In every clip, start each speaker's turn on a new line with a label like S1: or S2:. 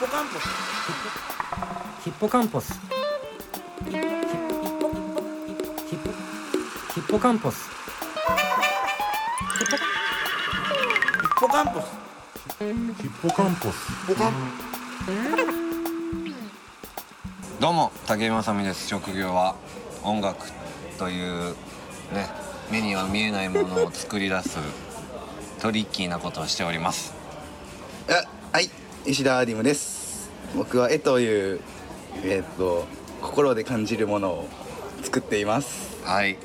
S1: ポカンポス
S2: ヒッポカンポスヒッポヒッポヒッポカンポス
S1: ヒッポカンポス
S3: ヒッポカンポス
S4: どうも竹井まさみです職業は音楽というね目には見えないものを作り出すトリッキーなことをしております
S5: あはい石田アディムです僕は絵というえーっと心で感じるものを作っています
S4: はい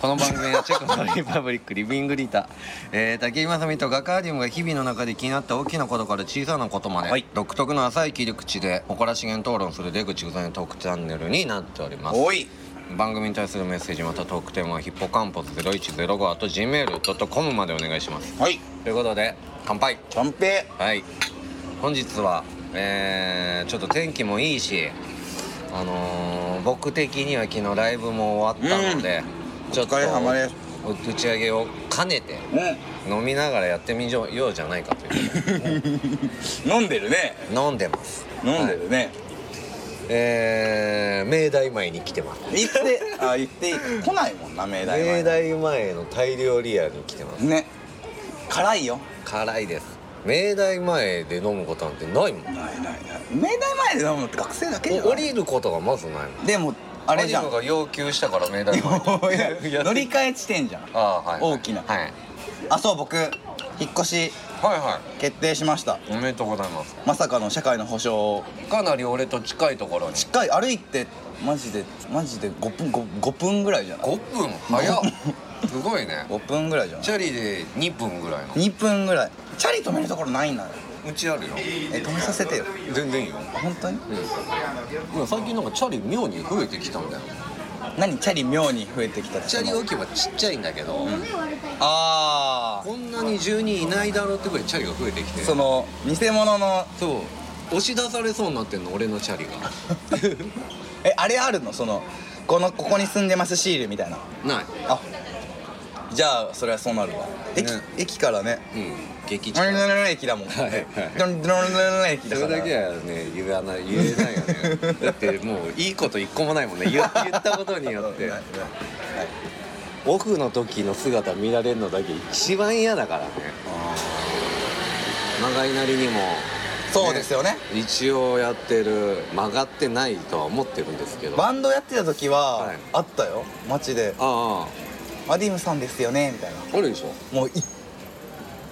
S4: この番組はチ ェコのリパブリックリビングリータ、えー、竹井まさみとガカーディムが日々の中で気になった大きなことから小さなことまで、
S5: はい
S4: 独特の浅い切り口で誇らしげに討論する出口具材のトークチャンネルになっております
S5: おい
S4: 番組に対するメッセージまたトークテーマはヒッポカンポス0105あと gmail.com までお願いします
S5: はい
S4: ということで乾杯
S5: キャンペ
S4: はい本日はえー、ちょっと天気もいいしあのー、僕的には昨日ライブも終わったので、ちょっと
S5: お疲れ様です
S4: 打ち上げを兼ねて
S5: ー
S4: 飲みながらやってみようようじゃないかと いうこ
S5: うん飲んでるね
S4: とで飲んでます
S5: 飲んでるね、
S4: えー、明大前に来てます
S5: 言ってあ言っていい来ないもんな明大
S4: 明
S5: は
S4: 大前の大量リアに来てます
S5: ね辛いよ
S4: 辛いです明大前で飲むことなんてないもん
S5: ないないない明大前で飲むのって学生だけじゃ
S4: お降
S5: ない
S4: りることがまずないもん
S5: でもあれじゃんい
S4: アリノが要求したから明大
S5: や
S4: 前に
S5: 乗り換え地点じゃん
S4: ああはい
S5: 大きな
S4: はい、はい
S5: あそう僕引っ越し
S4: は
S5: 決定しました
S4: いおめでとうございます
S5: まさかの社会の保障を
S4: かなり俺と近いところに
S5: しっかり歩いてマジでマジで5分 5, 5分ぐらいじゃない
S4: 5分早っすごいね
S5: 5分ぐらいじゃない
S4: チャリで2分ぐらいの
S5: 2分ぐらいチャリ止めるところないんだよ
S4: うちあるよ
S5: え止めさせてよ
S4: 全然いいよ
S5: 本当に
S4: いや最近なんかチャリ妙に増えてきたんだよ
S5: 何チャリ妙に増えてきたって
S4: チャリ置き場ちっちゃいんだけど、
S5: あ
S4: こんなに住人いないだろうってぐらいチャリが増えてきて
S5: あその偽物の
S4: そう押し出されそうになってんの俺のチャリが
S5: えあれあるのそのこのここに住んでますシールみたいな
S4: ない
S5: あじゃあそれはそうなるわ駅,、
S4: ね
S5: 駅からね
S4: うん激
S5: ドロ
S4: 近
S5: ンドロン駅だもん
S4: はいはい
S5: ドロンドロンドロン駅
S4: そ
S5: だか
S4: れ
S5: ら
S4: だけはね言わない言えないよねだってもういいこと一個もないもんね言 言ったことによって
S5: ないない
S4: オフの時の姿見られるのだけ一番嫌だからね曲がりなりにも
S5: そうですよね
S4: 一応やってる曲がってないとは思ってるんですけどあ
S5: バンドやってた時は、
S4: はい
S5: あったよ街で
S4: あ
S5: 「アディムさんですよね」みたいな
S4: あるでしょ
S5: もうい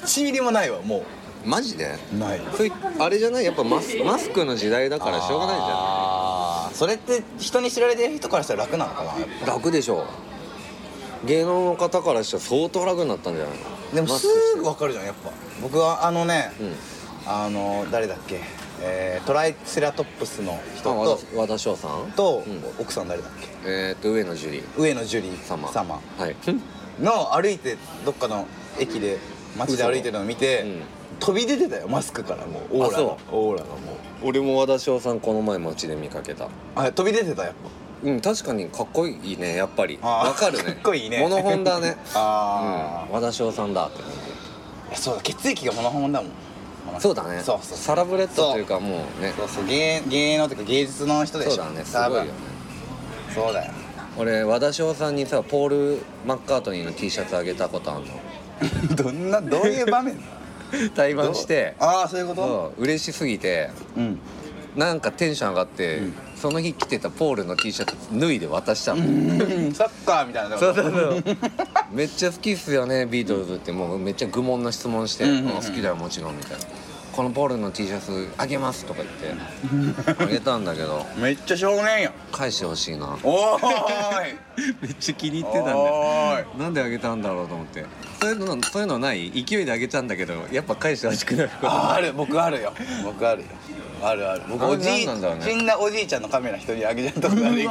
S5: 1ミリもないわも
S4: マジで
S5: うない
S4: それあれじゃないやっぱマスマスクの時代だからしょうがないじゃ
S5: あーそれって人に知られてる人からしたら楽なのかな
S4: ない楽でしょ芸能の方からしたら相当楽になったんじゃないの
S5: でも
S4: マス
S5: す
S4: クして
S5: ぐ分かるじゃんやっぱ僕はあのね、あの誰だっけ、えートライセラトップスの人
S4: あ和
S5: と
S4: 田和田翔さん
S5: と、
S4: うん
S5: 奥さん誰だっけ
S4: えー、っと上野樹里
S5: 上野樹里
S4: 様
S5: 様
S4: はい
S5: の歩いてどっかの駅で街で歩いてるのを見て、
S4: うん
S5: 飛び出てたよマスクからもうオーラが
S4: あ
S5: オーラがもう
S4: 俺も和田翔さんこの前街で見かけた
S5: あ飛び出てたやっ
S4: うん確かにかっこいいねやっぱり
S5: ぱあー
S4: わかるね
S5: かっこいいね
S4: モノホンだ ね
S5: あ
S4: うん、和田翔さんだって感
S5: あ、そうだ血液がモノホンだもん
S4: じそうだね
S5: そうそう
S4: サラブレッドというかもうね
S5: そうそう芸芸能というか芸術の人でしょ
S4: そうだねす
S5: 多
S4: ごい
S5: 分
S4: よね
S5: そうだよ
S4: 俺和田翔さんにさポール・マッカートニーの T シャツあげたことあんの
S5: どんなどういう場 面
S4: 対バンして
S5: ああそういうこと
S4: そう嬉しすぎて
S5: うん
S4: なんかテンション上がって、その日着てたポールの T シャツ脱いで渡したの、
S5: サッカーみたいな
S4: そうそうそうめっちゃ好きっすよねビートルズってもうめっちゃ愚問な質問して「
S5: うんうんうん
S4: あ好きだよもちろん」みたいな「このポールの T シャツあげます」とか言ってあげたんだけど
S5: めっちゃ少年やん
S4: 返してほしいな
S5: おーい
S4: めっちゃ気に入
S5: おーい
S4: なんであげたんだろうと思ってそういうのそういうのない勢いであげたんだけどやっぱ返してほしくなること
S5: あある僕あるよ僕あるよあるある僕
S4: あれ
S5: おじい
S4: なんなんだろうね
S5: 死んだおじいちゃんのカメラ一人にあげちゃったことある勢い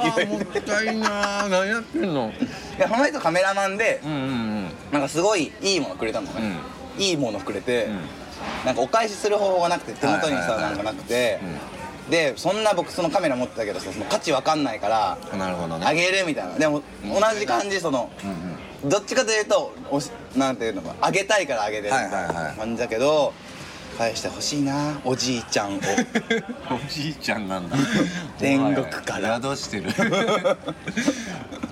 S5: で
S4: たいな何やってんの
S5: いやその人カメラマンで
S4: うんうん
S5: なんかすごいいいものくれたのね、いいものくれて、なんかお返しする方法がなくて手元に
S4: はい
S5: さ
S4: はいはい
S5: なんかなくて、でそんな僕そのカメラ持ってたけどさその価値わかんないから
S4: うんなるほど
S5: あ
S4: ね
S5: げるみたいなでも同じ感じその、どっちかというとおしなんていうのかあげたいからあげてるみたい
S4: はいはいは
S5: ない感じだけど、返してほしいなおじいち ゃんを
S4: おじいちゃんなんだ
S5: 天国から
S4: おい宿してる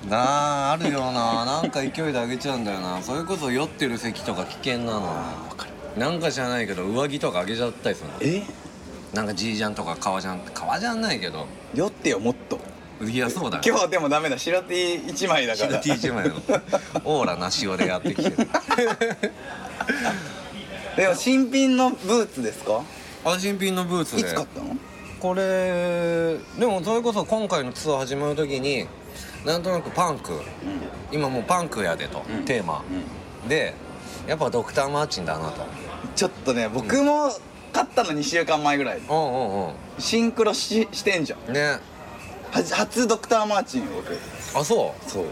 S4: なああるよななんか勢いで上げちゃうんだよなそれこそ酔ってる席とか危険なのなんか知らないけど上着とか上げちゃったりするの
S5: え
S4: なんかじいちゃんとか革ジャン革ジャンないけど
S5: 酔ってよもっと
S4: いやそうだよ
S5: 今日でもダメだ白 T 一枚だか
S4: 白
S5: ら
S4: T 一枚のオーラなしおでやってきて る
S5: でも新品のブーツですか
S4: あ新品のブーツ
S5: い
S4: で
S5: つ買ったの
S4: これでもそれこそ今回のツアー始まる時になんとなくパンク、今もうパンクやでと、
S5: ん
S4: テーマ、でやっぱドクター・マーチンだなと
S5: ちょっとね僕も買ったの2週間前ぐらい
S4: うんうんう
S5: シンクロししてんじゃん
S4: んね
S5: はじ初ドクターマーチンよ僕
S4: あそう
S5: そう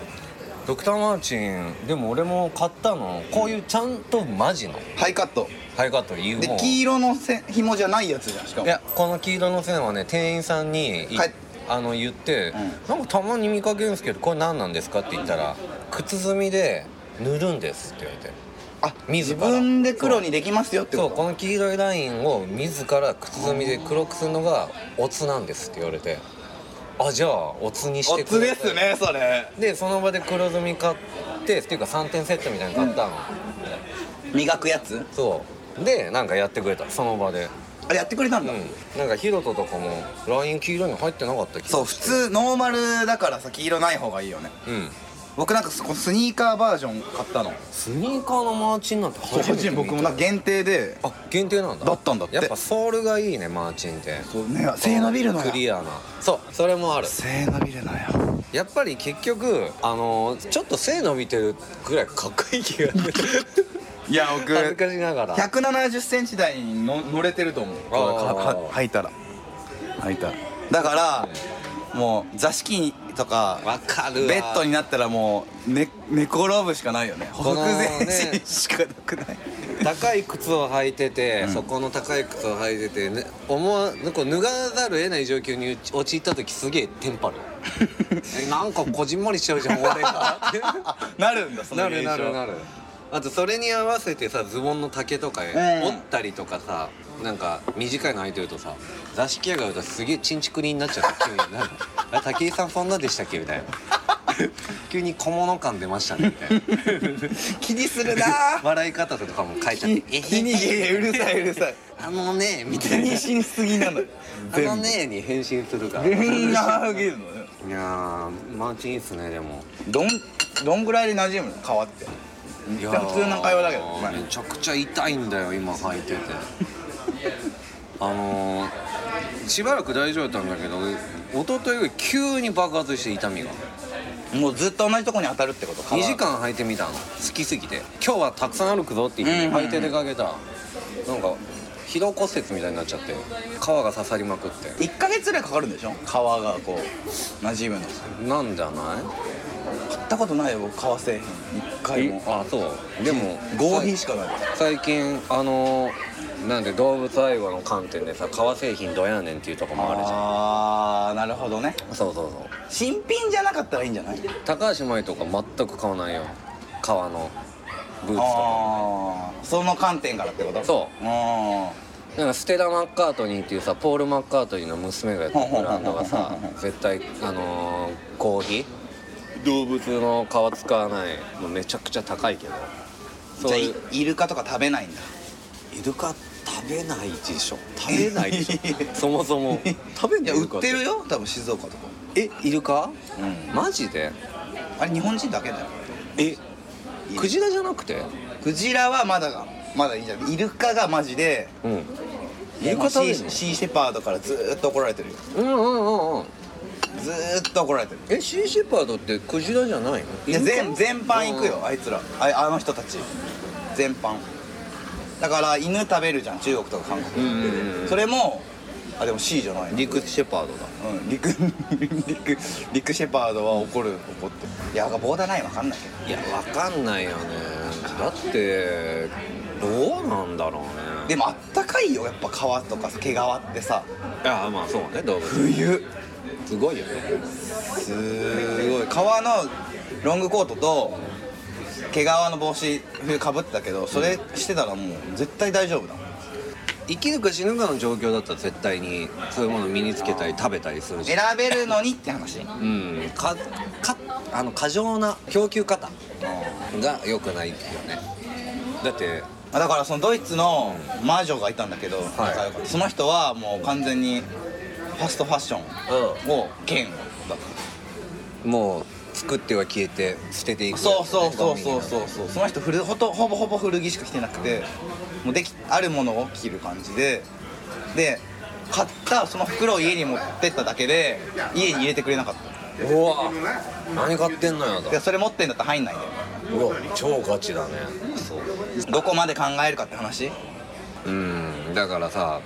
S4: ドクター・マーチンでも俺も買ったのこういうちゃんとマジの
S5: ハイカット
S4: ハイカット理由
S5: で
S4: も
S5: 黄色のせ紐じゃないやつじゃんしか
S4: い
S5: も
S4: やこの黄色の線はね店員さんにい、
S5: はい
S4: あの言って、
S5: う
S4: なんかたまに見かけるんですけどこれ何なんですかって言ったら靴積みで塗るんですって言われて
S5: あ
S4: 自
S5: 自
S4: ら
S5: 分で黒にできますよって
S4: そ
S5: こ
S4: う
S5: と
S4: この黄色いラインを自ら靴積みで黒くするのがオツなんですって言われてあじゃあオツにし
S5: お
S4: て
S5: つ
S4: く
S5: で
S4: れ
S5: すねそれ
S4: でその場で黒積み買ってっていうか3点セットみたいなの買ったの、
S5: 磨くやつ
S4: そうでなんかやってくれたその場で
S5: あやってくれたん
S4: う
S5: だ、
S4: んなんかヒロトとかもライン黄色いの入ってなかった気が
S5: そう普通ノーマルだからさ黄色ない方がいいよね
S4: うん
S5: 僕なんかそこスニーカーバージョン買ったの
S4: スニーカーのマーチンなんて初めて見た
S5: 僕もなんか限定で
S4: あ限定なんだ
S5: だったんだって
S4: やっぱソールがいいねマーチンって
S5: そうね背伸びるの
S4: クリ
S5: よ
S4: アなそうそれもある
S5: 背伸びるのよ
S4: やっぱり結局あのーちょっと背伸びてるぐらいかっこいい気がする
S5: いや
S4: 恥ず
S5: 僕
S4: かしながら
S5: 1 7 0ンチ台にの乗れてると思う
S4: あー
S5: かか履いたら履いたらだからもう座敷とか
S4: わかるわ
S5: ベッドになったらもう寝寝転ぶしかないよね
S4: こ
S5: 北
S4: の
S5: 前
S4: ね
S5: 進しかなくない
S4: 高い靴を履いてて、
S5: うん
S4: そこの高い靴を履いてて、ね、思わこう脱がざるを得ない状況に陥った時すげえテ ンパるえなんかこじんまりしちゃうじゃん俺が
S5: なるんだその
S4: な
S5: 現象
S4: るなるなるあとそれに合わせてさズボンの丈とか
S5: ん
S4: 折ったりとかさなんか短いの履いてるとさ座敷屋がうとすげえチンチクリになっちゃう急になんか 「あ武井さんそんなでしたっけ?」みたいな 急に小物感出ましたねみたいな
S5: 気にするな
S4: 笑い方とかも変えちゃって「え
S5: 気にいやいやうるさいうるさい
S4: あのね」みた
S5: 気
S4: いな
S5: にしすぎなのよ
S4: 「あのね」に変身するからいや
S5: みんなハゲるのよ
S4: ーマーチンいいっすねでも
S5: どんどんぐらいで馴染むの変わって
S4: いやー
S5: 普通の会話だけどまあ
S4: めちゃくちゃ痛いんだよ今履いててあのー、しばらく大丈夫だったんだけど一昨日より急に爆発して痛みが
S5: もうずっと同じとこに当たるってこと
S4: 2時間履いてみたの好きすぎて今日はたくさん歩くぞって言って、
S5: うんうんうん
S4: 履いて出かけたらなんか疲労骨折みたいになっちゃって皮が刺さりまくって
S5: 1ヶ月ぐらいかかるんでしょ皮がこう馴染むの
S4: なんじゃない
S5: 買ったことないよ僕革製品1回も
S4: あそうでも
S5: 合皮しかない
S4: 最近あのー、なんで動物愛護の観点でさ革製品どうやねんっていうとこもあるじゃ
S5: あーなるほどね
S4: んそうそうそう
S5: 新品じゃなかったらいいんじゃない
S4: 高橋舞とか全く買わないよ革のブーツとか
S5: ああその観点からってこと
S4: そう
S5: あ
S4: なんかステラ・マッカートニーっていうさポール・マッカートニーの娘がやってるブランドがさ絶対あのー、コーヒー動物の皮使わないのめちゃくちゃ高いけど
S5: ーじゃあいイルカとか食べないんだ
S4: イルカ食べないでしょ食べないでし ょそもそも 食べ
S5: いや売ってるよ多分静岡とか
S4: えイルカ
S5: うん
S4: マジで
S5: あれ日本人だけだよ
S4: えクジラじゃなくて
S5: クジラはまだがまだいいじゃんイルカがマジで
S4: うんイルカ食べる
S5: シ
S4: の
S5: ーシーシェパードからずーっと怒られてるよ
S4: うんうんうんうん
S5: ずーっと怒られてる
S4: えシーシェパードってクジラじゃないの
S5: いや全全般行くよあいつらああの人たち全般だから犬食べるじゃん中国とか韓国、
S4: うんうん
S5: それもあでも C じゃないな
S4: 陸シェパードだ
S5: うん、 リクリクリクシェパードは怒る怒ってるいやボーダーラインわかんないけど
S4: いやわかんないよねだってどうなんだろうね
S5: でもあったかいよやっぱ川とか毛皮ってさ
S4: ああまあそうね動物
S5: 冬
S4: すごいよね
S5: すごい革のロングコートと毛皮の帽子冬かぶってたけどそれしてたらもう絶対大丈夫だ
S4: 生きるか死ぬかの状況だったら絶対にそういうもの身につけたり食べたりするし
S5: 選べるのにって話
S4: うんかかあの過剰な供給方が良くないよねだって
S5: あだからそのドイツの魔女がいたんだけど、仲良かったその人はもう完全にファストファッションを嫌悪だっ
S4: もう作っては消えて捨ててい
S5: た
S4: く
S5: そうそうそうそうそうそうその人古ほとほぼほぼ古着しか着てなくてもうできあるものを着る感じでで買ったその袋を家に持ってっただけで家に入れてくれなかった
S4: うわ何買ってんのよと
S5: でそれ持ってんだったら入んないんだよ
S4: うわ超ガチだね
S5: どこまで考えるかって話
S4: うんだからさ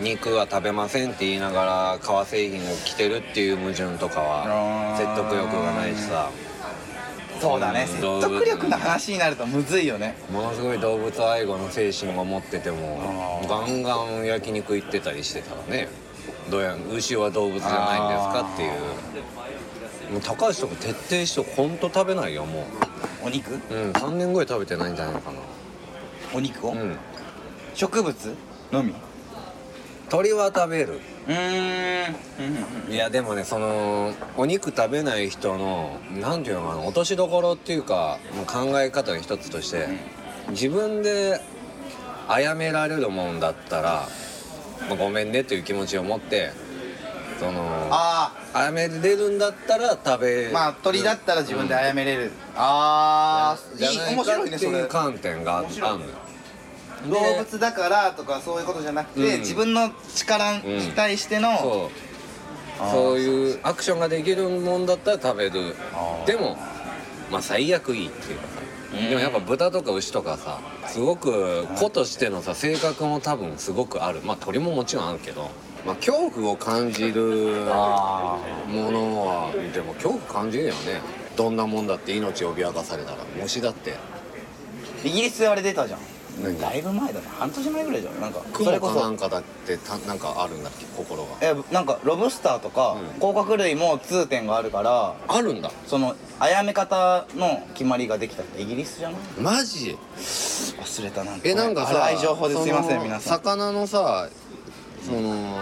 S4: 肉は食べませんって言いながら革製品を着てるっていう矛盾とかは
S5: あー
S4: 説得力がないしさ
S5: そうだね
S4: う
S5: 説
S4: ん
S5: 得力の話になるとむずいよね
S4: ものすごい動物愛護の精神を持ってても
S5: あー
S4: ガンガン焼肉行ってたりしてたらねどうや牛は動物じゃないんですかっていうもう高橋とか徹底してほんと食べないよも
S5: お肉
S4: ううん3年ぐらい食べてないんじゃないかな
S5: お肉を、
S4: うん
S5: 植物のみ
S4: 鳥は食べる
S5: うーん
S4: いやでもねそのお肉食べない人のなんていうのかな落としどころっていうかもう考え方の一つとして、自分で殺められるもんだったら、まあごめんねっていう気持ちを持ってその
S5: あ
S4: 殺めれるんだったら食べ
S5: あ
S4: る
S5: まあ鳥だったら自分で殺めれる、あ
S4: じ
S5: あ
S4: ゃ
S5: いい
S4: ない
S5: 面
S4: か
S5: 白い
S4: っ
S5: ね
S4: て
S5: そ
S4: い
S5: れ
S4: う観点があるのよ
S5: 動物だからとかそういうことじゃなくて、
S4: うん
S5: 自分の力に対しての、
S4: そう
S5: あー
S4: そういうアクションができるもんだったら食べる
S5: あー
S4: でもまあ最悪いいっていうかさ
S5: うん
S4: でもやっぱ豚とか牛とかさすごく子としてのさ性格も多分すごくあるまあ鳥ももちろんあるけど、まあ、恐怖を感じる
S5: あ
S4: ものはでも恐怖感じるよねどんなもんだって命を脅かされたら虫だって
S5: イギリスであれ出たじゃん
S4: 何
S5: だいぶ前だな半年前ぐらいじゃんなんかそ
S4: 雲
S5: れこ
S4: かな
S5: そ
S4: んかだってたなんかあるんだっけ心が
S5: えなんかロブスターとか、
S4: うん
S5: 甲殻類も通点があるから
S4: あるんだ
S5: その殺め方の決まりができたってイギリスじゃない
S4: マジ
S5: 忘れたなんか
S4: えなんかさ
S5: 愛情報ですいません皆さん
S4: 魚のさその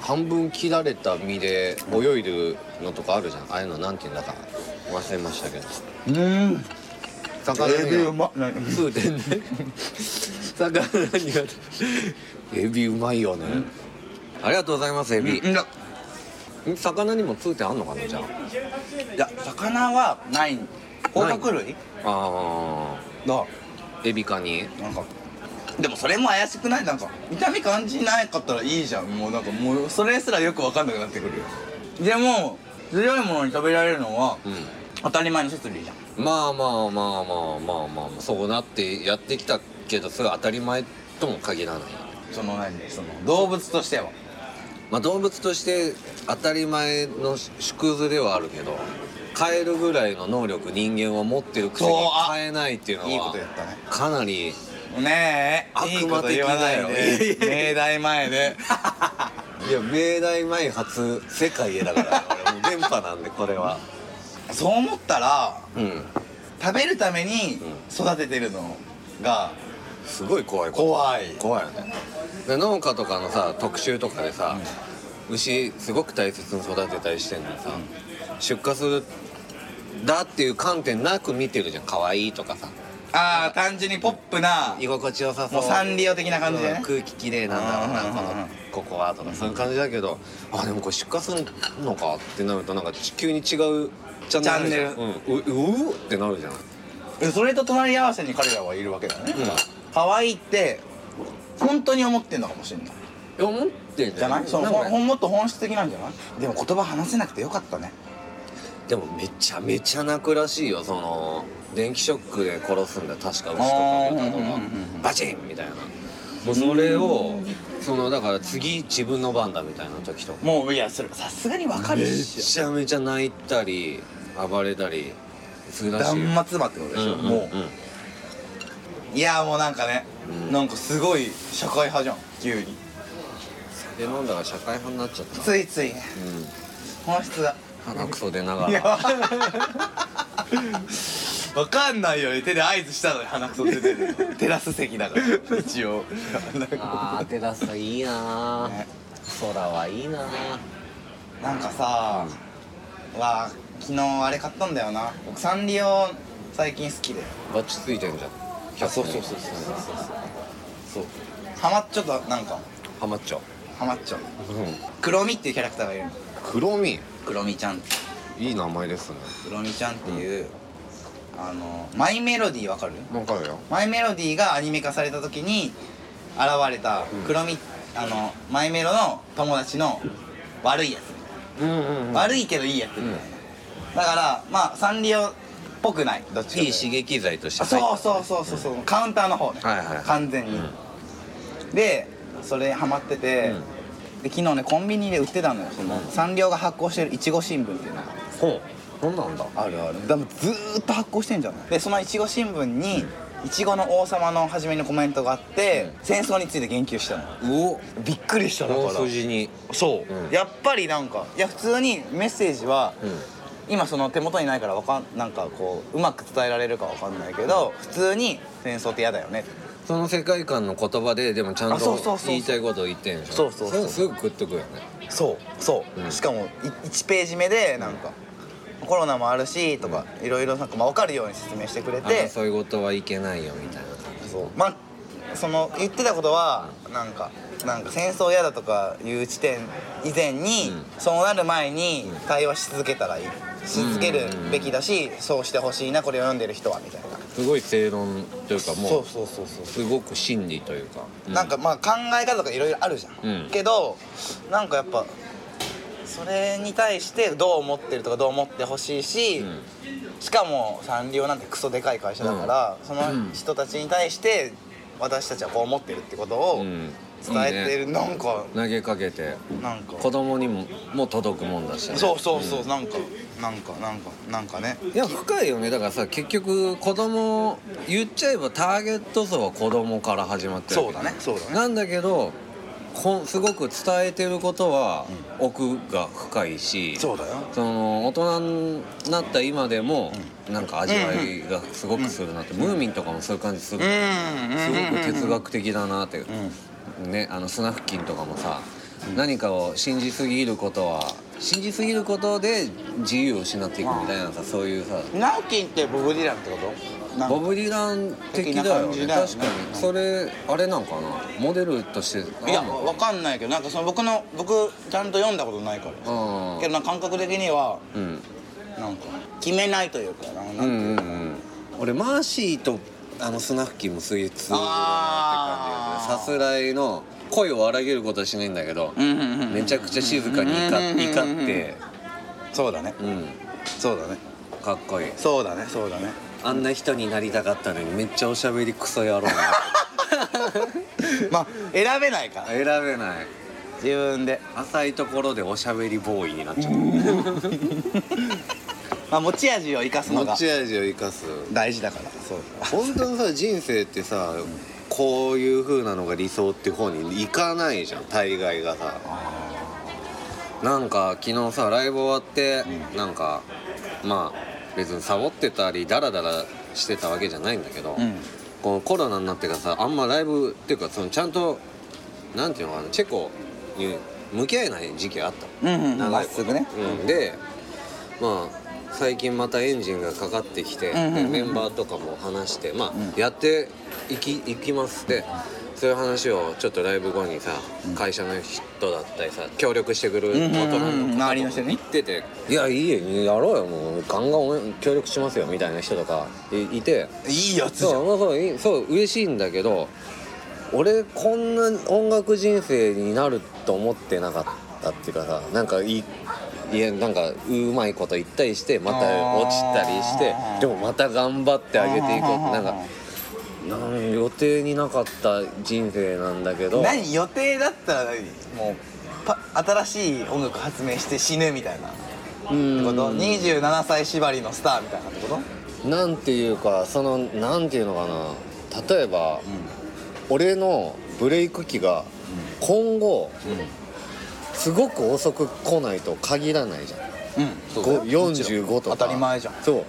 S4: 半分切られた身で泳いでるのとかあるじゃんああいうのなんていうんだか忘れましたけど
S5: うん
S4: 魚
S5: エビう
S4: に
S5: まな
S4: そうだよね魚にがエビうまいよね、ありがとうございますエビ、
S5: いや
S4: 魚にも通ってあんのかなじゃあ
S5: いや魚はない甲殻類
S4: あ
S5: だ
S4: ーエビカニ
S5: なんかでもそれも怪しくないなんか痛み感じなかったらいいじゃんもうなんかもうそれすらよく分かんなくなってくるよでも強いものに食べられるのは
S4: うん
S5: 当たり前の設理じゃん
S4: まあまあまあまあまあまあそうなってやってきたけどそれは当たり前とも限らない
S5: その何その動物としては
S4: まあ、動物として当たり前の縮図ではあるけど変えるぐらいの能力人間は持ってるくせに
S5: そうあ
S4: 変えないっていうのはい
S5: いことやったね
S4: かなり
S5: ねえいいこと言わない
S4: 悪魔的
S5: で
S4: だ
S5: 明大
S4: よ
S5: 前で
S4: いや明大前初世界へだから 俺もう電波なんでこれは
S5: そう思ったら
S4: うん
S5: 食べるために育ててるのが
S4: すごい怖いこと
S5: 怖い
S4: 怖いよねで農家とかのさ特集とかでさ、牛すごく大切に育てたりしてんのにさ、出荷するだっていう観点なく見てるじゃん可愛いとかさ
S5: ああ単純にポップな
S4: 居心地よさそ
S5: も
S4: う
S5: うサンリオ的な感じで
S4: うん
S5: ね
S4: 空気きれいなんだろうな
S5: うんうんうんうん
S4: このここはとかそういう感じだけどあでもこれ出荷するのかってなるとなんか地球に違うチャンネル
S5: チ
S4: うんうううってなるじゃない、
S5: それと隣り合わせに彼らはいるわけだね可愛いって本当に思ってんのかもしれない
S4: いや思ってん
S5: じゃないその
S4: ん
S5: ほ
S4: か
S5: んほんもっと本質的なんじゃないでも言葉話せなくてよかったね
S4: でもめちゃめちゃ泣くらしいよその電気ショックで殺すんだよ確か牛とか豚
S5: あ
S4: と
S5: ーうんうんうん
S4: か
S5: うん
S4: バチンみたいなもうそれをそのだから次自分の番だみたいな時とか
S5: もういやそれさすがにわかる
S4: め
S5: し
S4: ちゃめちゃ泣いたり暴れたりするら
S5: 断
S4: しいよ
S5: 末魔ってことでしょ、
S4: うんうん
S5: も
S4: うん
S5: ういやもうなんかね、
S4: うん
S5: なんかすごい社会派じゃん急に
S4: で飲んだら社会派になっちゃった
S5: ついついね
S4: うん
S5: 本質が
S4: 鼻くそ出なが
S5: いや
S4: ら
S5: わかんないよね手で合図したのに鼻くそ出てるのテラス席だから一応
S4: あーテラスいい な
S5: ね
S4: ー空はいいなー
S5: なんかさ、わあ昨日あれ買ったんだよな僕サンリオ最近好きで
S4: バッチついてんじゃん
S5: あそうそうそうそうそうハマっちょっとなんか
S4: ハマっちゃう
S5: ハマっちゃう
S4: うん
S5: 黒みっていうキャラクターがいるの
S4: 黒み
S5: 黒みちゃんって
S4: いい名前ですね
S5: 黒みちゃんっていう、あのマイメロディーわかる
S4: わかるよ
S5: マイメロディーがアニメ化された時に現れた黒み、あのマイメロの友達の悪いやつ
S4: うんうん
S5: 悪いけどいいやつみたいな、だからまあサンリオっぽくないどっちかと
S4: い
S5: い
S4: いう
S5: と
S4: 刺激剤として
S5: あそうそうそうそうそう、カウンターの方ね、
S4: はいはいはい
S5: 完全に、でそれハマってて、で昨日ねコンビニで売ってたのよそのサンリオが発行してるいちご新聞っていうのが
S4: ほうそうなんだ
S5: あるあるでもずーっと発行してんじゃないでそのいちご新聞にいちごの王様の初めにコメントがあって、戦争について言及したの
S4: お
S5: びっくりしただから
S4: 大筋に
S5: そう、
S4: うん
S5: やっぱりなんかいや普通にメッセージは、今その手元にないからわかんなんかこううまく伝えられるかわかんないけど普通に戦争って嫌だよね
S4: その世界観の言葉ででもちゃん
S5: あそうそう
S4: と
S5: そう
S4: 言いたいことを言ってんじゃん
S5: そうそうそう
S4: れすぐグッとくるよね
S5: そうそう、
S4: うん
S5: しかもい1ページ目でなんか、コロナもあるしとかいろいろなんかまあ分かるように説明してくれて
S4: 争い事はいけないよみたいな
S5: そうまあその言ってたことはなんかなんか戦争嫌だとかいう地点以前に、そうなる前に対話し続けたらいいし続けるべきだし、そうしてほしいなこれを読んでる人はみたいな
S4: すごい正論というか
S5: そ
S4: も
S5: うそうそうそう
S4: うすごく真理というか
S5: なんかまあ考え方とかいろいろあるじゃん、
S4: うん
S5: けどなんかやっぱそれに対してどう思ってるとかどう思ってほしいし、
S4: ん
S5: しかもサンリオなんてクソでかい会社だから、その人たちに対して私たちはこう思ってるってことを
S4: うん
S5: 伝えてる、なんか
S4: 投げかけて
S5: なんか
S4: 子供にもも届くもんだしね
S5: そうそうそう、なんかなんかなんかなんかね
S4: いや深いよねだからさ結局子供言っちゃえばターゲット層は子供から始まってるわけ
S5: そうだねそうだね
S4: なんだけどこすごく伝えてることは奥が深いし、
S5: そうだよ
S4: その大人になった今でもなんか味わいがすごくするなって、ムーミンとかもそういう感じする、
S5: う
S4: す
S5: んうん
S4: ごく
S5: うん
S4: 哲学的だなって、ねあのスナフキンとかもさ、何かを信じすぎることは信じすぎることで自由を失っていくみたいなさそういうさ
S5: ナウキンってボブ・ディランってことなんか
S4: ボブ・ディラン的だよね
S5: 的な感じ
S4: 確
S5: だ
S4: か
S5: よね
S4: にそれあれなんかなモデルとしてあんの
S5: いやわかんないけどなんかその僕の僕ちゃんと読んだことないから
S4: あ
S5: けどなんか感覚的には
S4: ーうん
S5: なんか決めないというかなんか
S4: うんうんうん俺マーシーとあのスナフキンもすげえ通だなって感じだよねさすらいの声を荒げることはしないんだけど
S5: うんうんうん
S4: めちゃくちゃ静かに
S5: うんうんうんうん
S4: 怒怒って
S5: そうだね
S4: うん
S5: そうだね
S4: かっこいい
S5: そうだねそうだね
S4: あんな人になりたかったのにめっちゃおしゃべりクソ野郎な
S5: まあ選べないから
S4: 選べない
S5: 自分で
S4: 浅いところでおしゃべりボーイになっちゃう
S5: まあ持ち味を生かすのが
S4: 持ち味を生かす
S5: 大事だからそう
S4: 本当にさ人生ってさこういう風なのが理想って方に行かないじゃん大概がさなんか昨日さライブ終わって、なんかまあ別にサボってたりダラダラしてたわけじゃないんだけど、
S5: うん
S4: このコロナになってからさあんまライブっていうかそのちゃんとなんていうのかなチェコに向き合えない時期があったの
S5: うんうんうんま
S4: 長
S5: っ
S4: い
S5: す
S4: こと
S5: ぐね
S4: うん、でまあ最近またエンジンがかかってきて、
S5: うんうんうんうん
S4: でメンバーとかも話してまあ、やっていきいきますってそういう話をちょっとライブ後にさ、会社の人だったりさ協力してくる
S5: んうんうん
S4: 大人の
S5: 周りの
S4: 方
S5: 人
S4: と
S5: ね
S4: か言ってて「いやいいよやろうよもうガンガン俺協力しますよ」みたいな人とかいいて。
S5: いいやつじ
S4: そう
S5: ゃん
S4: そうそういいそう嬉しいんだけど俺こんな音楽人生になると思ってなかったっていうかさなんかいいいやなんかうまいこと言ったりしてまた落ちたりして
S5: あー
S4: でもまた頑張ってあげていこうってなんか
S5: あ
S4: なん予定になかった人生なんだけど
S5: 何予定だったら何もうパ新しい音楽発明して死ぬみたいなって
S4: う
S5: こ
S4: ん
S5: と27歳縛りのスターみたいなってこと
S4: なんていうかそのなんていうのかな例えば、俺のブレイク期が今後、すごく遅く来ないと限らないじゃん
S5: うん
S4: こう45と
S5: 当
S4: か
S5: たり前じゃん
S4: そ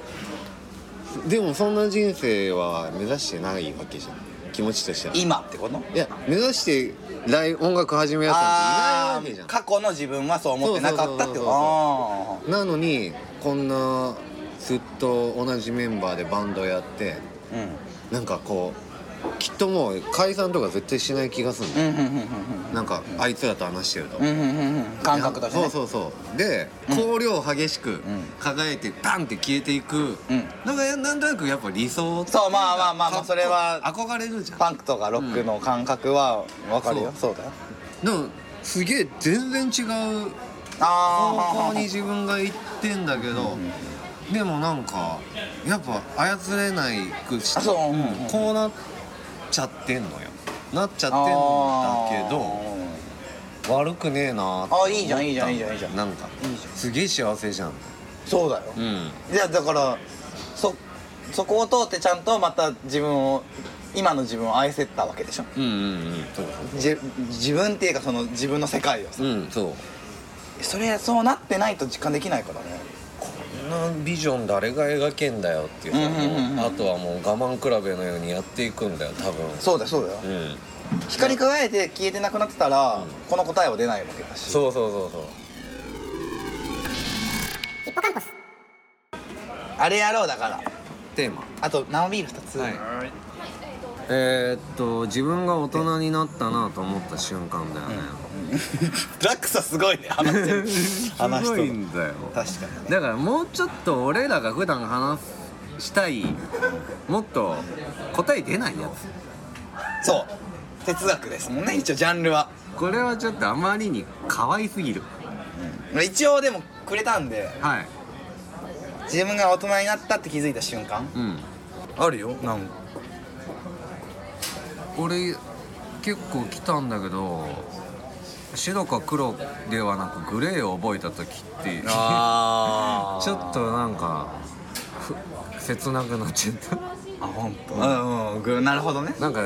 S4: うでもそんな人生は目指してないわけじゃん気持ちとしては
S5: 今ってこと
S4: いや目指して来音楽始めようとなんていないわけじゃ
S5: あー
S4: ん
S5: 過去の自分はそう思ってなかったって
S4: そうそうそう
S5: こ
S4: そう
S5: とあ
S4: なのにこんなずっと同じメンバーでバンドやって
S5: ーうん
S4: なんかこうきっともう解散とか絶対しない気がするんだ
S5: う
S4: よ、
S5: んうん
S4: なんかあいつらと話してると、
S5: うんうんうんうん感覚として
S4: そう
S5: ね
S4: そうそうで光量激しく輝いてバンって消えていく、
S5: うん
S4: なんかなんとなくやっぱ理想っていか
S5: そうまあまあまあまあそれは
S4: 憧れるじゃん
S5: パンクとかロックの感覚はわかるよそうだよ
S4: でもすげえ全然違う
S5: あ
S4: 方向に自分が行ってんだけど、でもなんかやっぱ操れないくし
S5: あそううんうん
S4: こうなっちゃってんのよなっちゃ
S5: あ
S4: ってんのだけど悪くねえなーって思った
S5: あいいじゃんいいじゃんいいじゃんいいじゃん
S4: なんか
S5: いいじゃん
S4: すげえ幸せじゃん
S5: そうだよ
S4: うん
S5: いやだからそそこを通ってちゃんとまた自分を今の自分を愛せたわけでしょ
S4: うんうんうんそう
S5: じ自分っていうかその自分の世界をさ
S4: うんそう
S5: それそうなってないと実感できないからね
S4: こんなビジョン誰が描けんだよっていうさ、
S5: うんうんうんうん
S4: もうあとはもう我慢比べのようにやっていくんだよ多分
S5: そうだよそうだよ
S4: うん
S5: 光り輝いて消えてなくなってたら、この答えは出ないわけだし
S4: そうそうそうそう
S5: あれやろうだから
S4: テーマ
S5: あと生ビール2つ、
S4: はいえー、っと自分が大人になったなと思った瞬間だよね、
S5: ラックさすごいね話してる話
S4: す
S5: し
S4: ご
S5: て
S4: い
S5: る
S4: んだよ
S5: 確かに
S4: だからもうちょっと俺らが普段話すしたいもっと答え出ないやつ
S5: そう哲学ですもんね一応ジャンルは
S4: これはちょっとあまりに可愛すぎる
S5: 一応でもくれたんで
S4: はい
S5: 自分が大人になったって気づいた瞬間
S4: うん
S5: あるよなんか
S4: 俺結構来たんだけど白か黒ではなくグレーを覚えた時って
S5: あ
S4: ちょっとなんかふ切なくなっちゃった
S5: あ本当。うんうんぐなるほどね
S4: なんか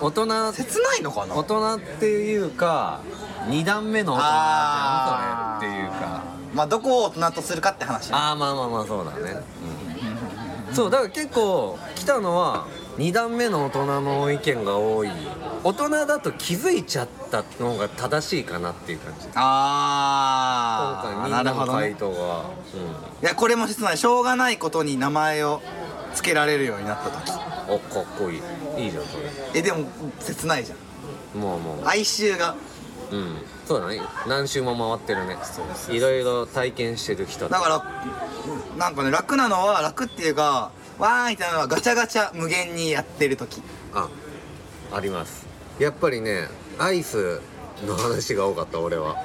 S4: 大人
S5: 切ないのかな
S4: 大人っていうか二段目の大人じ
S5: あー
S4: ゃんそれっていうか
S5: まあどこを大人とするかって話
S4: ああまあまあまあそうだね、うん、そうだから結構来たのは二段目の大人の意見が多い大人だと気づいちゃったのが正しいかなっていう感じ今回
S5: あ
S4: みん
S5: なる
S4: な
S5: ほ
S4: の
S5: どね
S4: 回答が、
S5: いやこれも切ないしょうがないことに名前を付けられるようになった時
S4: うん、おかっこいいいいじゃんそれ
S5: えでも切ないじゃん
S4: もうもう
S5: 哀愁が
S4: うんそうだね何周も回ってるねいろいろ体験してる人
S5: だからなんかね楽なのは楽っていうかわーいってなのはガチャガチャ無限にやってる時
S4: あありますやっぱりねアイスの話が多かった俺は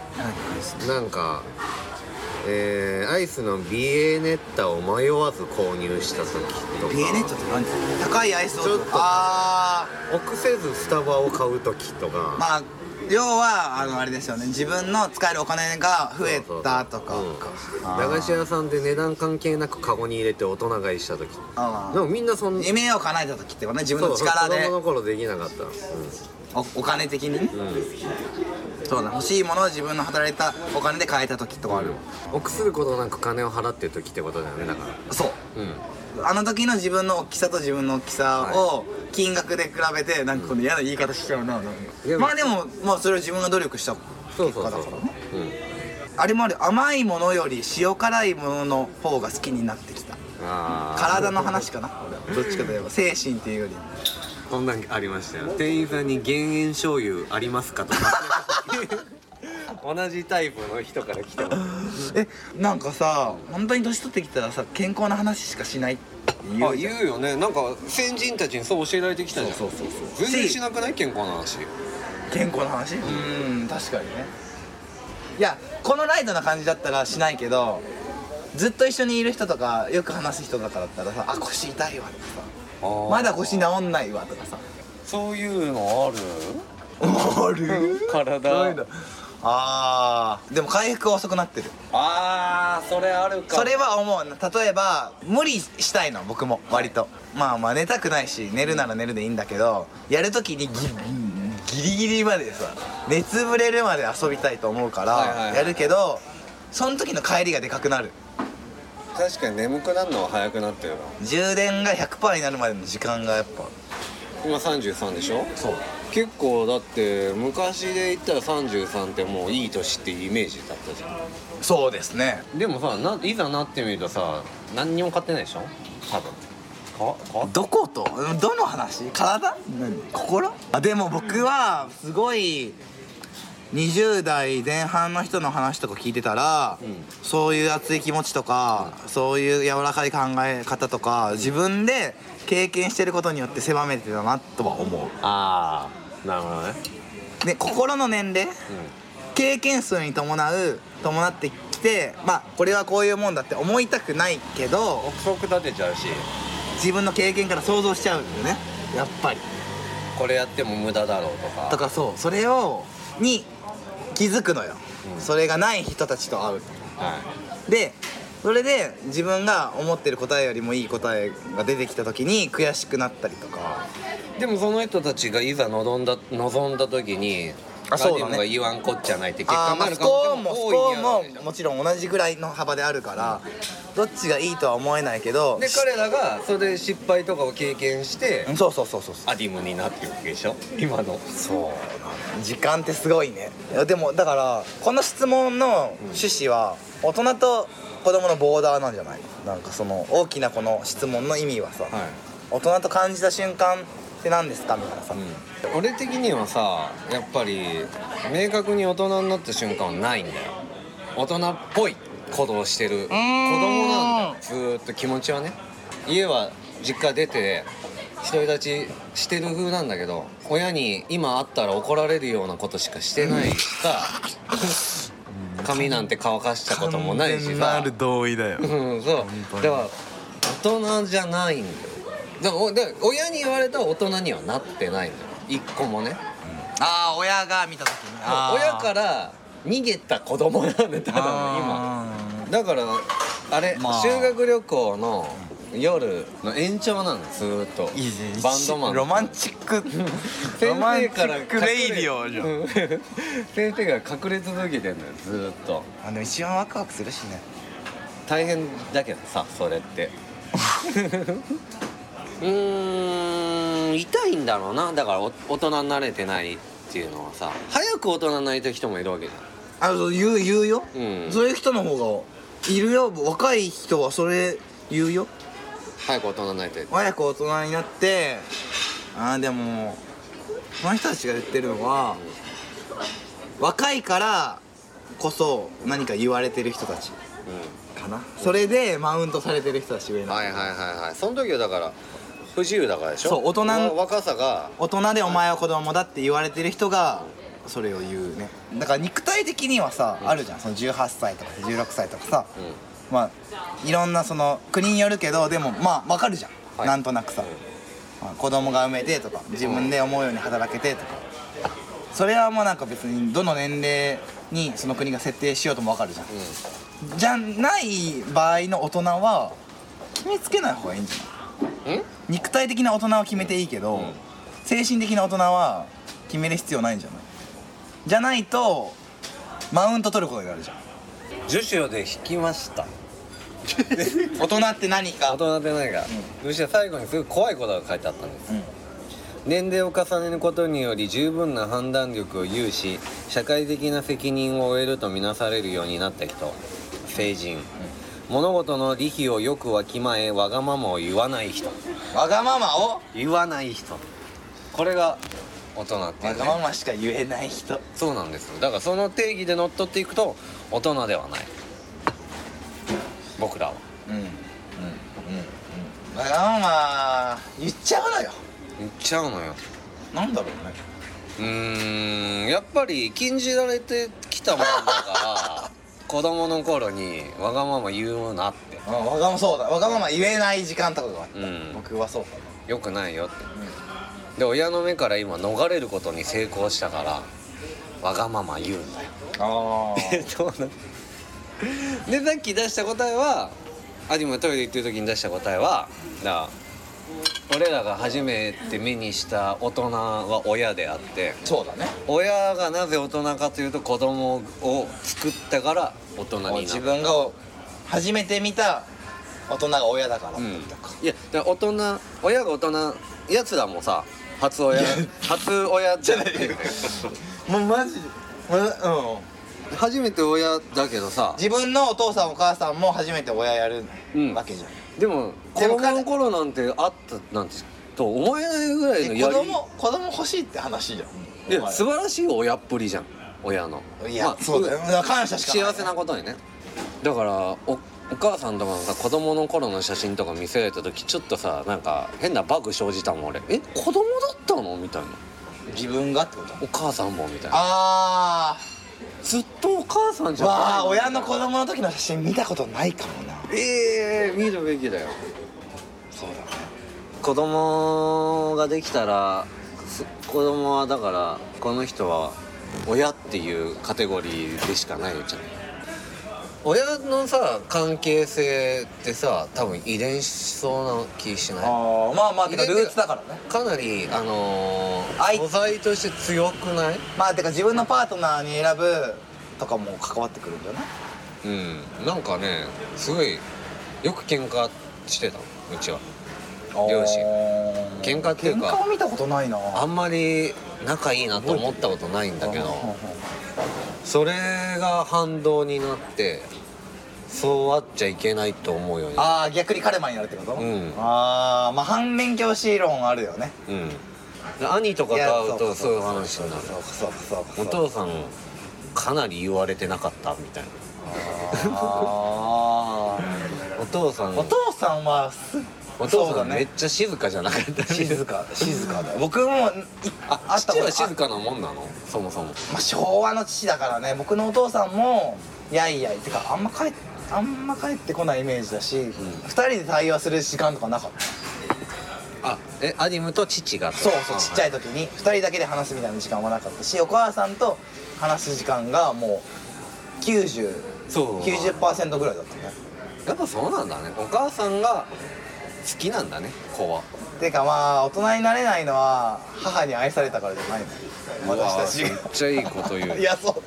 S4: なんかえーアイスのビエネッタを迷わず購入した時とか
S5: ビエネットって何高いアイスを
S4: ちょっと
S5: あ
S4: 臆せずスタバを買う時とか
S5: ーまあ要はあのあれですよね自分の使えるお金が増えたとか
S4: うん駄菓子屋さんで値段関係なくカゴに入れて大人買いした時
S5: あー
S4: でもみんなそん
S5: 夢を叶えた時っていうかね自分の力
S4: そうそう子
S5: で
S4: 供の頃できなかった、うん
S5: おお金的にねそうだ欲しいものを自分の働いたお金で買えた時とかあるわ
S4: 臆することなく金を払ってる時ってことだよねだから
S5: そう
S4: うん
S5: あの時の自分の大きさと自分の大きさを金額で比べてなんかこの嫌な言い方しちゃうな、
S4: でも
S5: まあでもまあそれは自分が努力した
S4: そうそうそう
S5: 結果だからねあれもある甘いものより塩辛いものの方が好きになってきた
S4: あー
S5: 体の話かな俺はどっちかといえば精神っていうより
S4: こんなんありましたよ店員さんに減塩醤油ありますかと か同じタイプの人から来てます
S5: えなんかさ本当に年取ってきたらさ健康な話しかしないって言
S4: あ
S5: うじゃん
S4: 言うよねなんか先人たちにそう教えられてきたじゃん
S5: そうそうそうそう
S4: 全然しなくない健康の話
S5: 健康な話うん確かにねいやこのライトな感じだったらしないけどずっと一緒にいる人とかよく話す人とかだったらさ「あ腰痛いわ」とか
S4: あ
S5: さ「
S4: ー
S5: まだ腰治んないわ」とかさ
S4: そういうのある
S5: ある
S4: 体
S5: あーでも回復は遅くなってる
S4: あーそれあるか
S5: それは思うな例えば無理したいの僕も割とまあまあ寝たくないし寝るなら寝るでいいんだけどやるときにギギリギリまでさ寝つぶれるまで遊びたいと思うから
S4: はいはいはい
S5: やるけどその時の帰りがでかくなる
S4: 確かに眠くなるのは早くなってるな
S5: 充電が100%になるまでの時間がやっぱ
S4: 今33でしょ
S5: そう
S4: 結構だって昔で言ったら33ってもういい年っていうイメージだったじゃ
S5: そうですね
S4: んでもさないざなってみるとさ何にも買ってないでしょ多分か変わっ
S5: どことどの話体心あでも僕はすごい20代前半の人の話とか聞いてたら、そういう熱い気持ちとか、そういう柔らかい考え方とか自分で経験してることによって狭めてたなとは思
S4: ああなるほどね
S5: うで心の年齢、経験数に伴う伴ってきてまあこれはこういうもんだって思いたくないけど
S4: 憶測立てちゃうし
S5: 自分の経験から想像しちゃうんだよねやっぱり
S4: これやっても無駄だろうとか
S5: とかそうそれをに気づくのよ、それがない人たちと会う
S4: はい
S5: でそれで自分が思ってる答えよりもいい答えが出てきた時に悔しくなったりとか
S4: でもその人たちがいざ望んだ望んだ時に
S5: あそうだね
S4: ガディムが言わんこっちゃないって結
S5: あー
S4: 果に
S5: ま
S4: な
S5: あ
S4: る
S5: 不
S4: かも
S5: 幸も不幸
S4: で
S5: ももちろん同じぐらいの幅であるから、どっちがいいとは思えないけど
S4: で彼らがそれで失敗とかを経験して
S5: うんそうそうそうそうそう
S4: アディムになってるわけでしょ今のそう
S5: 時間ってすごいねいやでもだからこの質問の趣旨は大人と子供のボーダーなんじゃないなんかその大きなこの質問の意味はさ、
S4: はい
S5: 大人と感じた瞬間って何ですかみたいなさ、
S4: うん、俺的にはさやっぱり明確に大人になった瞬間はないんだよ大人っぽい行動をしてる子供なんだよずーっと気持ちはね家は実家出て独り立ちしてる風なんだけど親に今あったら怒られるようなことしかしてないしさ髪なんて乾かしたこともないしさ
S5: 同意だよ
S4: うん、そう。だから大人じゃないんだよ。だからおだから親に言われたら大人にはなってないんだよ。一個もね。
S5: ああ親が見た時に
S4: 親から逃げた子供なんでただの今。だからあれ、
S5: まあ
S4: 修学旅行の夜の延長なんだよずーっと
S5: いいね
S4: バンドマン
S5: ロマンチックロ
S4: 先
S5: マンチ
S4: 生から
S5: ックレイディオじゃん、
S4: うん先生が隠れ続けてんだよずーっと
S5: あでも一番ワクワクするしね
S4: 大変だけどさそれって
S6: うーん痛いんだろうなだからお大人になれてないっていうのはさ早く大人になりたい人もいるわけじ
S5: あそう言う言うよ、
S6: うん
S5: そういう人の方がいるよ若い人はそれ言うよ
S6: ゃん早く大人になりたい
S5: 早く大人になってああでもこの人たちが言ってるのは若いからこそ何か言われてる人たちかな、それでマウントされてる人たち上の、
S6: はいはいはいはいその時はだから不自由だからでしょ
S5: そう大人の
S6: わ若さが
S5: 大人でお前は子供だって言われてる人がそれを言うねだから肉体的にはさ、あるじゃんその18歳とか16歳とかさ、まあいろんなその国によるけどでもまあわかるじゃん、
S6: はい
S5: なんとなくさ、まあ子供が産めてとか自分で思うように働けてとかそれはもうなんか別にどの年齢にその国が設定しようともわかるじゃん、じゃない場合の大人は決めつけない方がいいんじゃない肉体的な大人は決めていいけど、精神的な大人は決める必要ないんじゃないじゃないとマウント取ることになるじゃん
S4: 樹脂で引きました
S5: 大人って何か
S4: 大人でないから、そして最後にすごい怖いことが書いてあったんです、
S5: うん
S4: 年齢を重ねることにより十分な判断力を有し社会的な責任を負えるとみなされるようになった人成人、物事の利費をよくわきまえわがままを言わない人
S5: わがままを
S4: 言わない人これが大人ってい
S5: わ
S4: う、
S5: が
S4: ね、
S5: まましか言えない人
S4: そうなんですよだからその定義で乗っ取っていくと大人ではない僕らは
S5: うんうんうんうんわがまま言っちゃうのよ
S4: 言っちゃうのよ
S5: なんだろうね
S4: うーんやっぱり禁じられてきたもんだ から子供の頃にわがまま言うなって
S5: あわがまそうだわがまま言えない時間とかがあった、
S4: うん
S5: 僕はそうか
S4: よくないよって、で親の目から今逃れることに成功したからわがまま言うんだよ
S5: なあ
S4: そうなんでさっき出した答えはアニメトイレ行ってる時に出した答えはだから俺らが初めて目にした大人は親であって
S5: そうだね
S4: 親がなぜ大人かというと子供を作ったから大人にな
S5: 自
S4: る
S5: 分が初めて見た大人が親だから
S4: うん、いやだから大人親が大人やつらもさ初親初親じゃない
S5: もうマジで、うん、
S4: 初めて親だけどさ
S5: 自分のお父さんお母さんも初めて親やる
S4: うん
S5: わけじゃん、
S4: でも子
S5: でも
S4: 供の頃なんてあったなんてと思えないぐらいの
S5: で
S4: や
S5: 子
S4: り
S5: 供子供欲しいって話じゃん
S4: いや素
S5: ご
S4: 晴らしい親っぷりじゃん親の
S5: いや、そうだよだから感謝しかない
S4: 幸せなことにねだからおお母さんとかがさ子供の頃の写真とか見せられた時ちょっとさなんか変なバグ生じたもん俺え子供だったのみたいな
S5: 自分がってこと
S4: お母さんもみたいな
S5: あ
S4: ずっとお母さんじ
S5: ー
S4: ゃない
S5: わあ親の子供の時の写真見たことないかもな
S4: ええ見るべきだよ
S5: そうだね
S4: 子供ができたらす子供はだからこの人は親っていうカテゴリーでしかないじゃん親のさ関係性ってさ多分遺伝しそうな気しない
S5: ああまあまあてか
S4: 入
S5: ル
S4: れて
S5: ーツだからね
S4: かなりあの
S5: あ
S4: ー、
S5: い
S4: 素材として強くない
S5: まあてか自分のパートナーに選ぶとかも関わってくるんじゃない
S4: うんなんかねすごいよく喧嘩してたのうちは両親喧嘩っていうか
S5: 喧嘩を見たことないな
S4: あんまり仲いいなと思ったことないんだけどそれが反動になってそうあっちゃいけないと思うように
S5: ああ逆にカルマになるってこと、
S4: うん
S5: ああまあ反面教師論あるよね
S4: うんで兄とかと会うとそういう話になる
S5: そうかそうかそうかそ
S4: お
S5: うか
S4: 父さんかなり言われてなかったみたい
S5: あ
S4: なお父さん
S5: ーお父さんはす
S4: お父さ
S5: そうんだ
S4: めっ
S5: ね
S4: ちゃ静かじゃなかった
S5: 静か静かだ僕もい
S4: あ
S5: 会った
S4: 父
S5: こと
S4: は静かなもんなのそもそも
S5: まあ、昭和の父だからね僕のお父さんもやいやいってかあんま帰っあんま帰ってこないイメージだし、二人で対話する時間とかなかった
S4: あえアニムと父が
S5: そうそうちっちゃ
S4: い
S5: い時に2人だけで話すみたいな時間はなかったしお母さんと話す時間がもう9090%
S4: そう
S5: ぐらいだったね
S4: やっぱそうなんだねお母さんが好きなんだね子は
S5: てかまあ大人になれないのは母に愛されたからじゃないの私
S4: うわめったちゃいいこと言う
S5: ち いやそ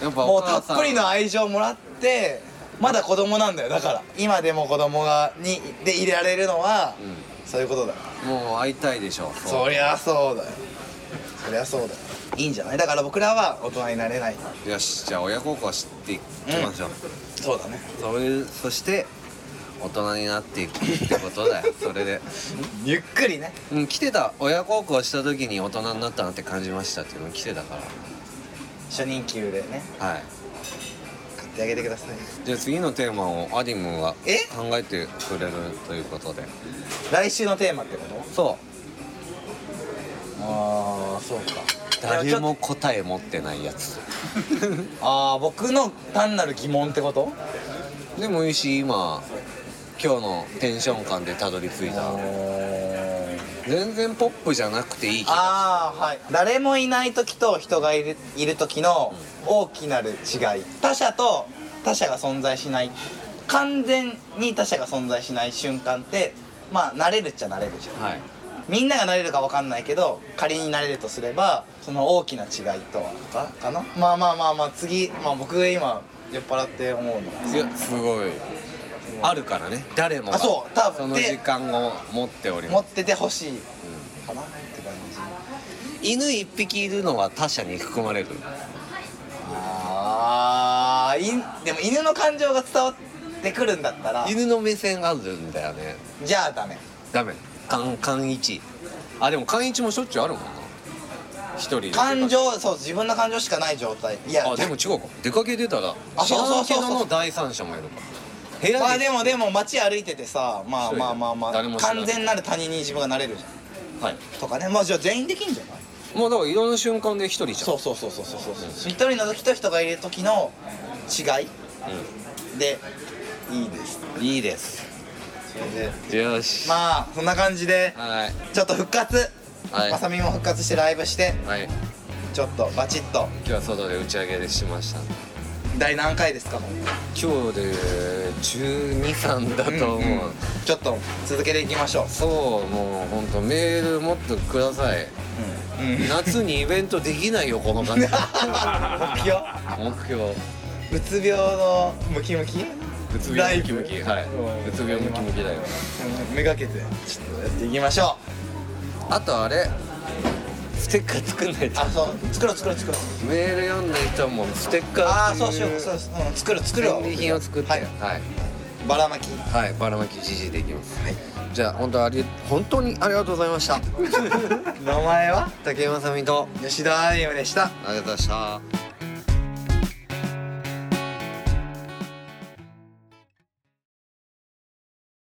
S5: う
S4: やっぱ
S5: も
S4: お
S5: うた
S4: 母さん
S5: っぷりの愛情もらってまだ子供なんだよだから今でも子供がにで入れられるのは、そういうことだよ
S4: もう会いたいでしょそう
S5: そりゃそうだよそりゃそうだよいいんじゃないだから僕らは大人になれない
S4: よしじゃあ親孝行していきましょう、
S5: そうだね
S4: そういうそして大人になっていくってことだよ それで、
S5: ゆっくりね
S4: うん、来てた親孝行した時に大人になったなって感じましたっていうの来てたか
S5: 初任給でね
S4: らはい
S5: 買ってあげてください
S4: じゃあ次のテーマをアディムが考
S5: え
S4: えてくれるということで
S5: 来週のテーマってこと
S4: そ
S5: ああそうか
S4: う誰も答え持ってないやつ
S5: ああ僕の単なる疑問ってこと
S4: でもいいし今今日のテンション感でたどり着いた全然ポップじゃなくていい気が
S5: ああはい誰もいない時と人がいるいる時の大きなる違い他者と他者が存在しない完全に他者が存在しない瞬間ってまあ慣れるっちゃ慣れるじゃん
S4: はい
S5: みんなが慣れるか分かんないけど仮に慣れるとすればその大きな違いとはかかなまあまあまあまあ次、まあ、僕が今酔っ払って思うのはい
S4: やすごいあるからね誰もが
S5: あそう多分
S4: その時間を持っており
S5: 持
S4: ま
S5: っててほしいかなって感じ
S4: す犬一匹いるのは他者に含まれる
S5: ああでも犬の感情が伝わってくるんだったら
S4: 犬の目線があるんだよね
S5: じゃあダメ
S4: ダメ勘勘一あでも勘一もしょっちゅうあるもんな一人で
S5: 感情そう自分の感情しかない状態いや
S4: あでも違うか出かけてたら
S5: あそうそうそうそう
S4: 知らんけどの第三者もいるから部屋に
S5: まあでもでも街歩いててさまあまあまあま
S4: 誰も
S5: あ
S4: 知らない
S5: 完全なる他人に自分がなれるじゃ
S4: はい
S5: んとかねまあじゃあ全員できんじゃない
S4: もうだからいろんな瞬間で一人じゃん
S5: そうそうそうそうそうそう一人の時と人がいる時の違い、でいいです
S4: いいです
S5: それで
S4: よし
S5: まあそんな感じで
S4: はい
S5: ちょっと復活
S4: はい
S5: まさみも復活してライブして
S4: はい今
S5: ちょっとバチッと
S4: 日は外で打ち上げしました
S5: 第何回ですかもう
S4: 今日で123だと思う、
S5: うんうんちょっと続けていきましょ う
S4: そうもう本当メールもっとください
S5: うん
S4: 夏にイベントできないよこの感
S5: 目
S4: じ
S5: 標
S4: 目標
S5: うつ病のムキムキ
S4: うつ病ムキムキはいうつ病ムキムキだよ
S5: めがけてちょっとやっていきましょ
S4: あとあれステッカー作んないうと
S5: あそう作ろう作ろう作ろう
S4: メール読んだ人はもうステッカー
S5: ああそうしようそうです、うん、作る作るわ
S4: 戦利品を作って
S5: は
S4: はいい、はい
S5: バラまき
S4: バラマキ GG でいきます、はい、じゃあ本当あり本当にありがとうございました
S5: 名前は
S4: 竹山さみと
S5: 吉田歩夢でした
S4: ありがとうございました